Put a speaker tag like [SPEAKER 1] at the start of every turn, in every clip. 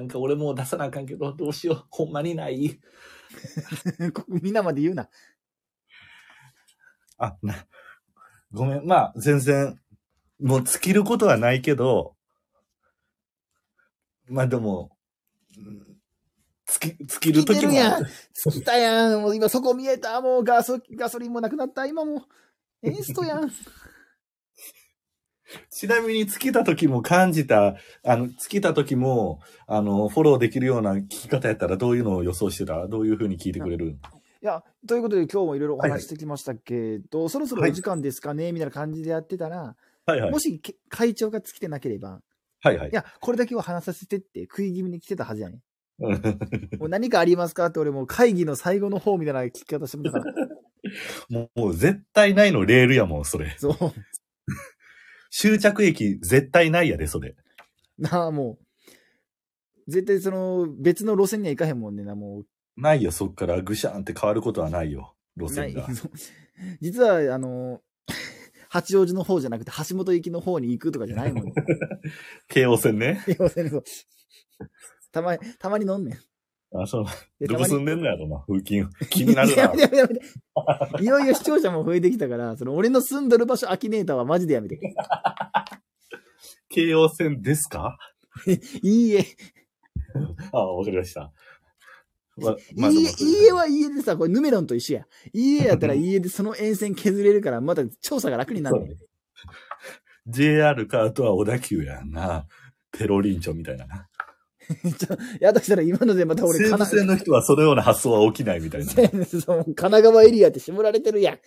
[SPEAKER 1] なんか俺もう出さなあかんけど、どうしよう。 ほんまにない。
[SPEAKER 2] みんなまで言うな。
[SPEAKER 3] あ、な、ごめん。まあ、全然、もう尽きることはないけど、まあでも、うん尽き、尽きる
[SPEAKER 2] 尽きて
[SPEAKER 3] 時
[SPEAKER 2] る
[SPEAKER 3] も
[SPEAKER 2] や
[SPEAKER 3] あ
[SPEAKER 2] ん
[SPEAKER 3] る。。
[SPEAKER 2] 尽きたやん。もう今そこ見えた。もうガソガソリンもなくなった。今もう、エンスト やん。
[SPEAKER 3] ちなみに尽きた時も感じた、あの、尽きた時も、あの、フォローできるような聞き方やったらどういうのを予想してたどういうふうに聞いてくれる
[SPEAKER 2] いや、ということで今日もいろいろお
[SPEAKER 3] はいはい
[SPEAKER 2] 話してきましたけど、そろそろお時間ですかね、みたいな感じでやってたら、
[SPEAKER 3] はいはい
[SPEAKER 2] も。しけ会長が尽きてなければ、
[SPEAKER 3] はいはい
[SPEAKER 2] い。や、これだけは話させてって食い気味に来てたはずやねん。
[SPEAKER 3] うん
[SPEAKER 2] もう何かありますかって俺もう会議の最後の方みたいな聞き方してもらった から。
[SPEAKER 3] もうもう絶対ないのレールやもん、それ。
[SPEAKER 2] そう。
[SPEAKER 3] 終着駅絶対ないやで、それ。
[SPEAKER 2] なあ、もう。絶対その別の路線には行かへんもんねな、もう。
[SPEAKER 3] ないよ、そっからぐしゃんって変わることはないよ、路線が
[SPEAKER 2] ない。そう実は、あの、 八王子の方じゃなくて橋本行きの方に行くとかじゃないもん、ね。
[SPEAKER 3] 京王線 ね。
[SPEAKER 2] 要するにそうたまに、たまに飲んねん。
[SPEAKER 3] あ、そう。
[SPEAKER 2] で
[SPEAKER 3] どこ
[SPEAKER 2] たまに
[SPEAKER 3] 住んでんのやろな、風景。気になる
[SPEAKER 2] や
[SPEAKER 3] な
[SPEAKER 2] めて。やめてやめて。いよいよ視聴者も増えてきたから、その俺の住んどる場所、アキネーターはマジでやめて。
[SPEAKER 3] 京王線ですか
[SPEAKER 2] いいえ、
[SPEAKER 3] あ、わかりました。ま
[SPEAKER 2] いいえ、いいえ
[SPEAKER 3] は。
[SPEAKER 2] は家でさ、これヌメロンと一緒や。いいえや ったらいいえでその沿線削れるから、また調査が楽になる、ねん。
[SPEAKER 3] JR か、あとは小田急やんな。ペロリンチョみたいなな。
[SPEAKER 2] やとしたら今のでまた俺、
[SPEAKER 3] 西武線の人はそのような発想は起きないみたいな。い
[SPEAKER 2] 神そう神奈川 エリアって絞られてるやん。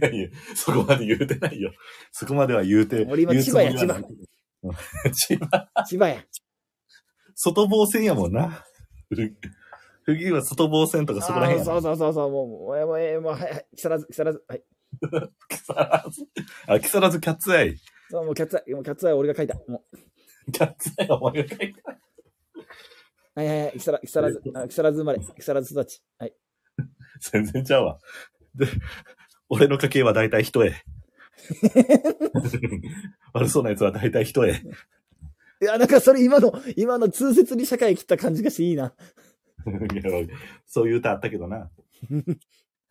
[SPEAKER 3] やいや、そこまで言うてないよ。そこまでは言うて。
[SPEAKER 2] 俺今
[SPEAKER 3] 言うつもりは
[SPEAKER 2] 千葉
[SPEAKER 3] ない。
[SPEAKER 2] や
[SPEAKER 3] うん 千葉。
[SPEAKER 2] 千葉やん。
[SPEAKER 3] 外房線やもんな。次は外房線とかそこら辺
[SPEAKER 2] あ
[SPEAKER 3] や
[SPEAKER 2] ーそ
[SPEAKER 3] も。
[SPEAKER 2] うんそうそうそう、もう、もう、もう、えーもう、はい、はい、木更津、木更津、はい。
[SPEAKER 3] 木更津。あ、木更津キャッツアイ。
[SPEAKER 2] そう、もうキャッツアイ、もうキャッツアイ俺が書いた。も
[SPEAKER 3] キャッツアイはお前が書いた。
[SPEAKER 2] う、はいはいはい、木更木更津、あ木更津生まれ、木更津育ち。はい。
[SPEAKER 3] 全然ちゃうわ。で、俺の家系は大体一重。悪そうな奴は大体一重。
[SPEAKER 2] いや、なんかそれ今の、今の通説に社会切った感じがしていいな。
[SPEAKER 3] そういう歌あったけどな。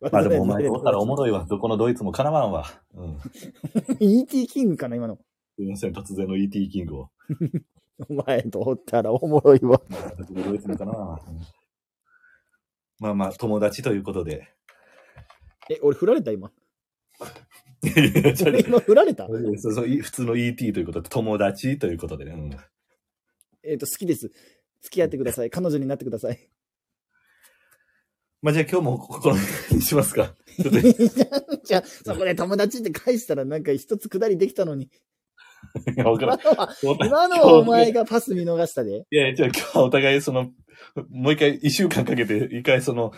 [SPEAKER 3] まあでもお前、おったらおもろいわ。どこのドイツもかなわんわ。うん。
[SPEAKER 2] E.T. キングかな、今の。
[SPEAKER 3] すいません、突然の ET キングを。
[SPEAKER 2] お前とおったらおもろいわ。
[SPEAKER 3] どこのドイツもかなわんわ。うんまあまあ、友達ということ で。
[SPEAKER 2] え、俺振られた今。
[SPEAKER 3] いやいやちょ
[SPEAKER 2] 俺今振られた
[SPEAKER 3] そうそうい普通の ET ということで、友達ということでね。うん
[SPEAKER 2] えっと、好きです。付き合ってください。彼女になってください。
[SPEAKER 3] まあじゃあ今日もここの辺にします か。ちょっと
[SPEAKER 2] じゃあ、そこで友達って返したらなんか一つくだりできたのに。
[SPEAKER 3] いやわから
[SPEAKER 2] 今
[SPEAKER 3] ん
[SPEAKER 2] のは、今のはお前がパス見逃したで。
[SPEAKER 3] いや、じゃあ今日はお互いその、もう一回、一週間かけて、一回その、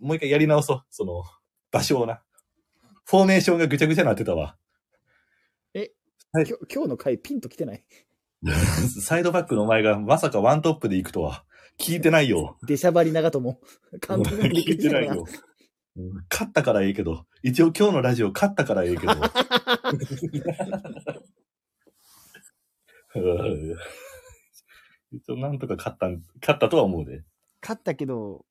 [SPEAKER 3] もう一回やり直そう。その、場所をな。フォーメーションがぐちゃぐちゃになってたわ。 はい
[SPEAKER 2] 今日今日の回ピンと来てない。
[SPEAKER 3] サイドバックのお前がまさかワントップで行くとは、聞いてないよ。
[SPEAKER 2] 出しゃばり長友。監督にびっく
[SPEAKER 3] 聞い
[SPEAKER 2] りしてたか
[SPEAKER 3] ない
[SPEAKER 2] ら
[SPEAKER 3] よ。勝ったからええけど、一応今日のラジオ勝ったからええ けど。 うん一応なんとか勝ったん、勝ったとは思うで。
[SPEAKER 2] 勝ったけど、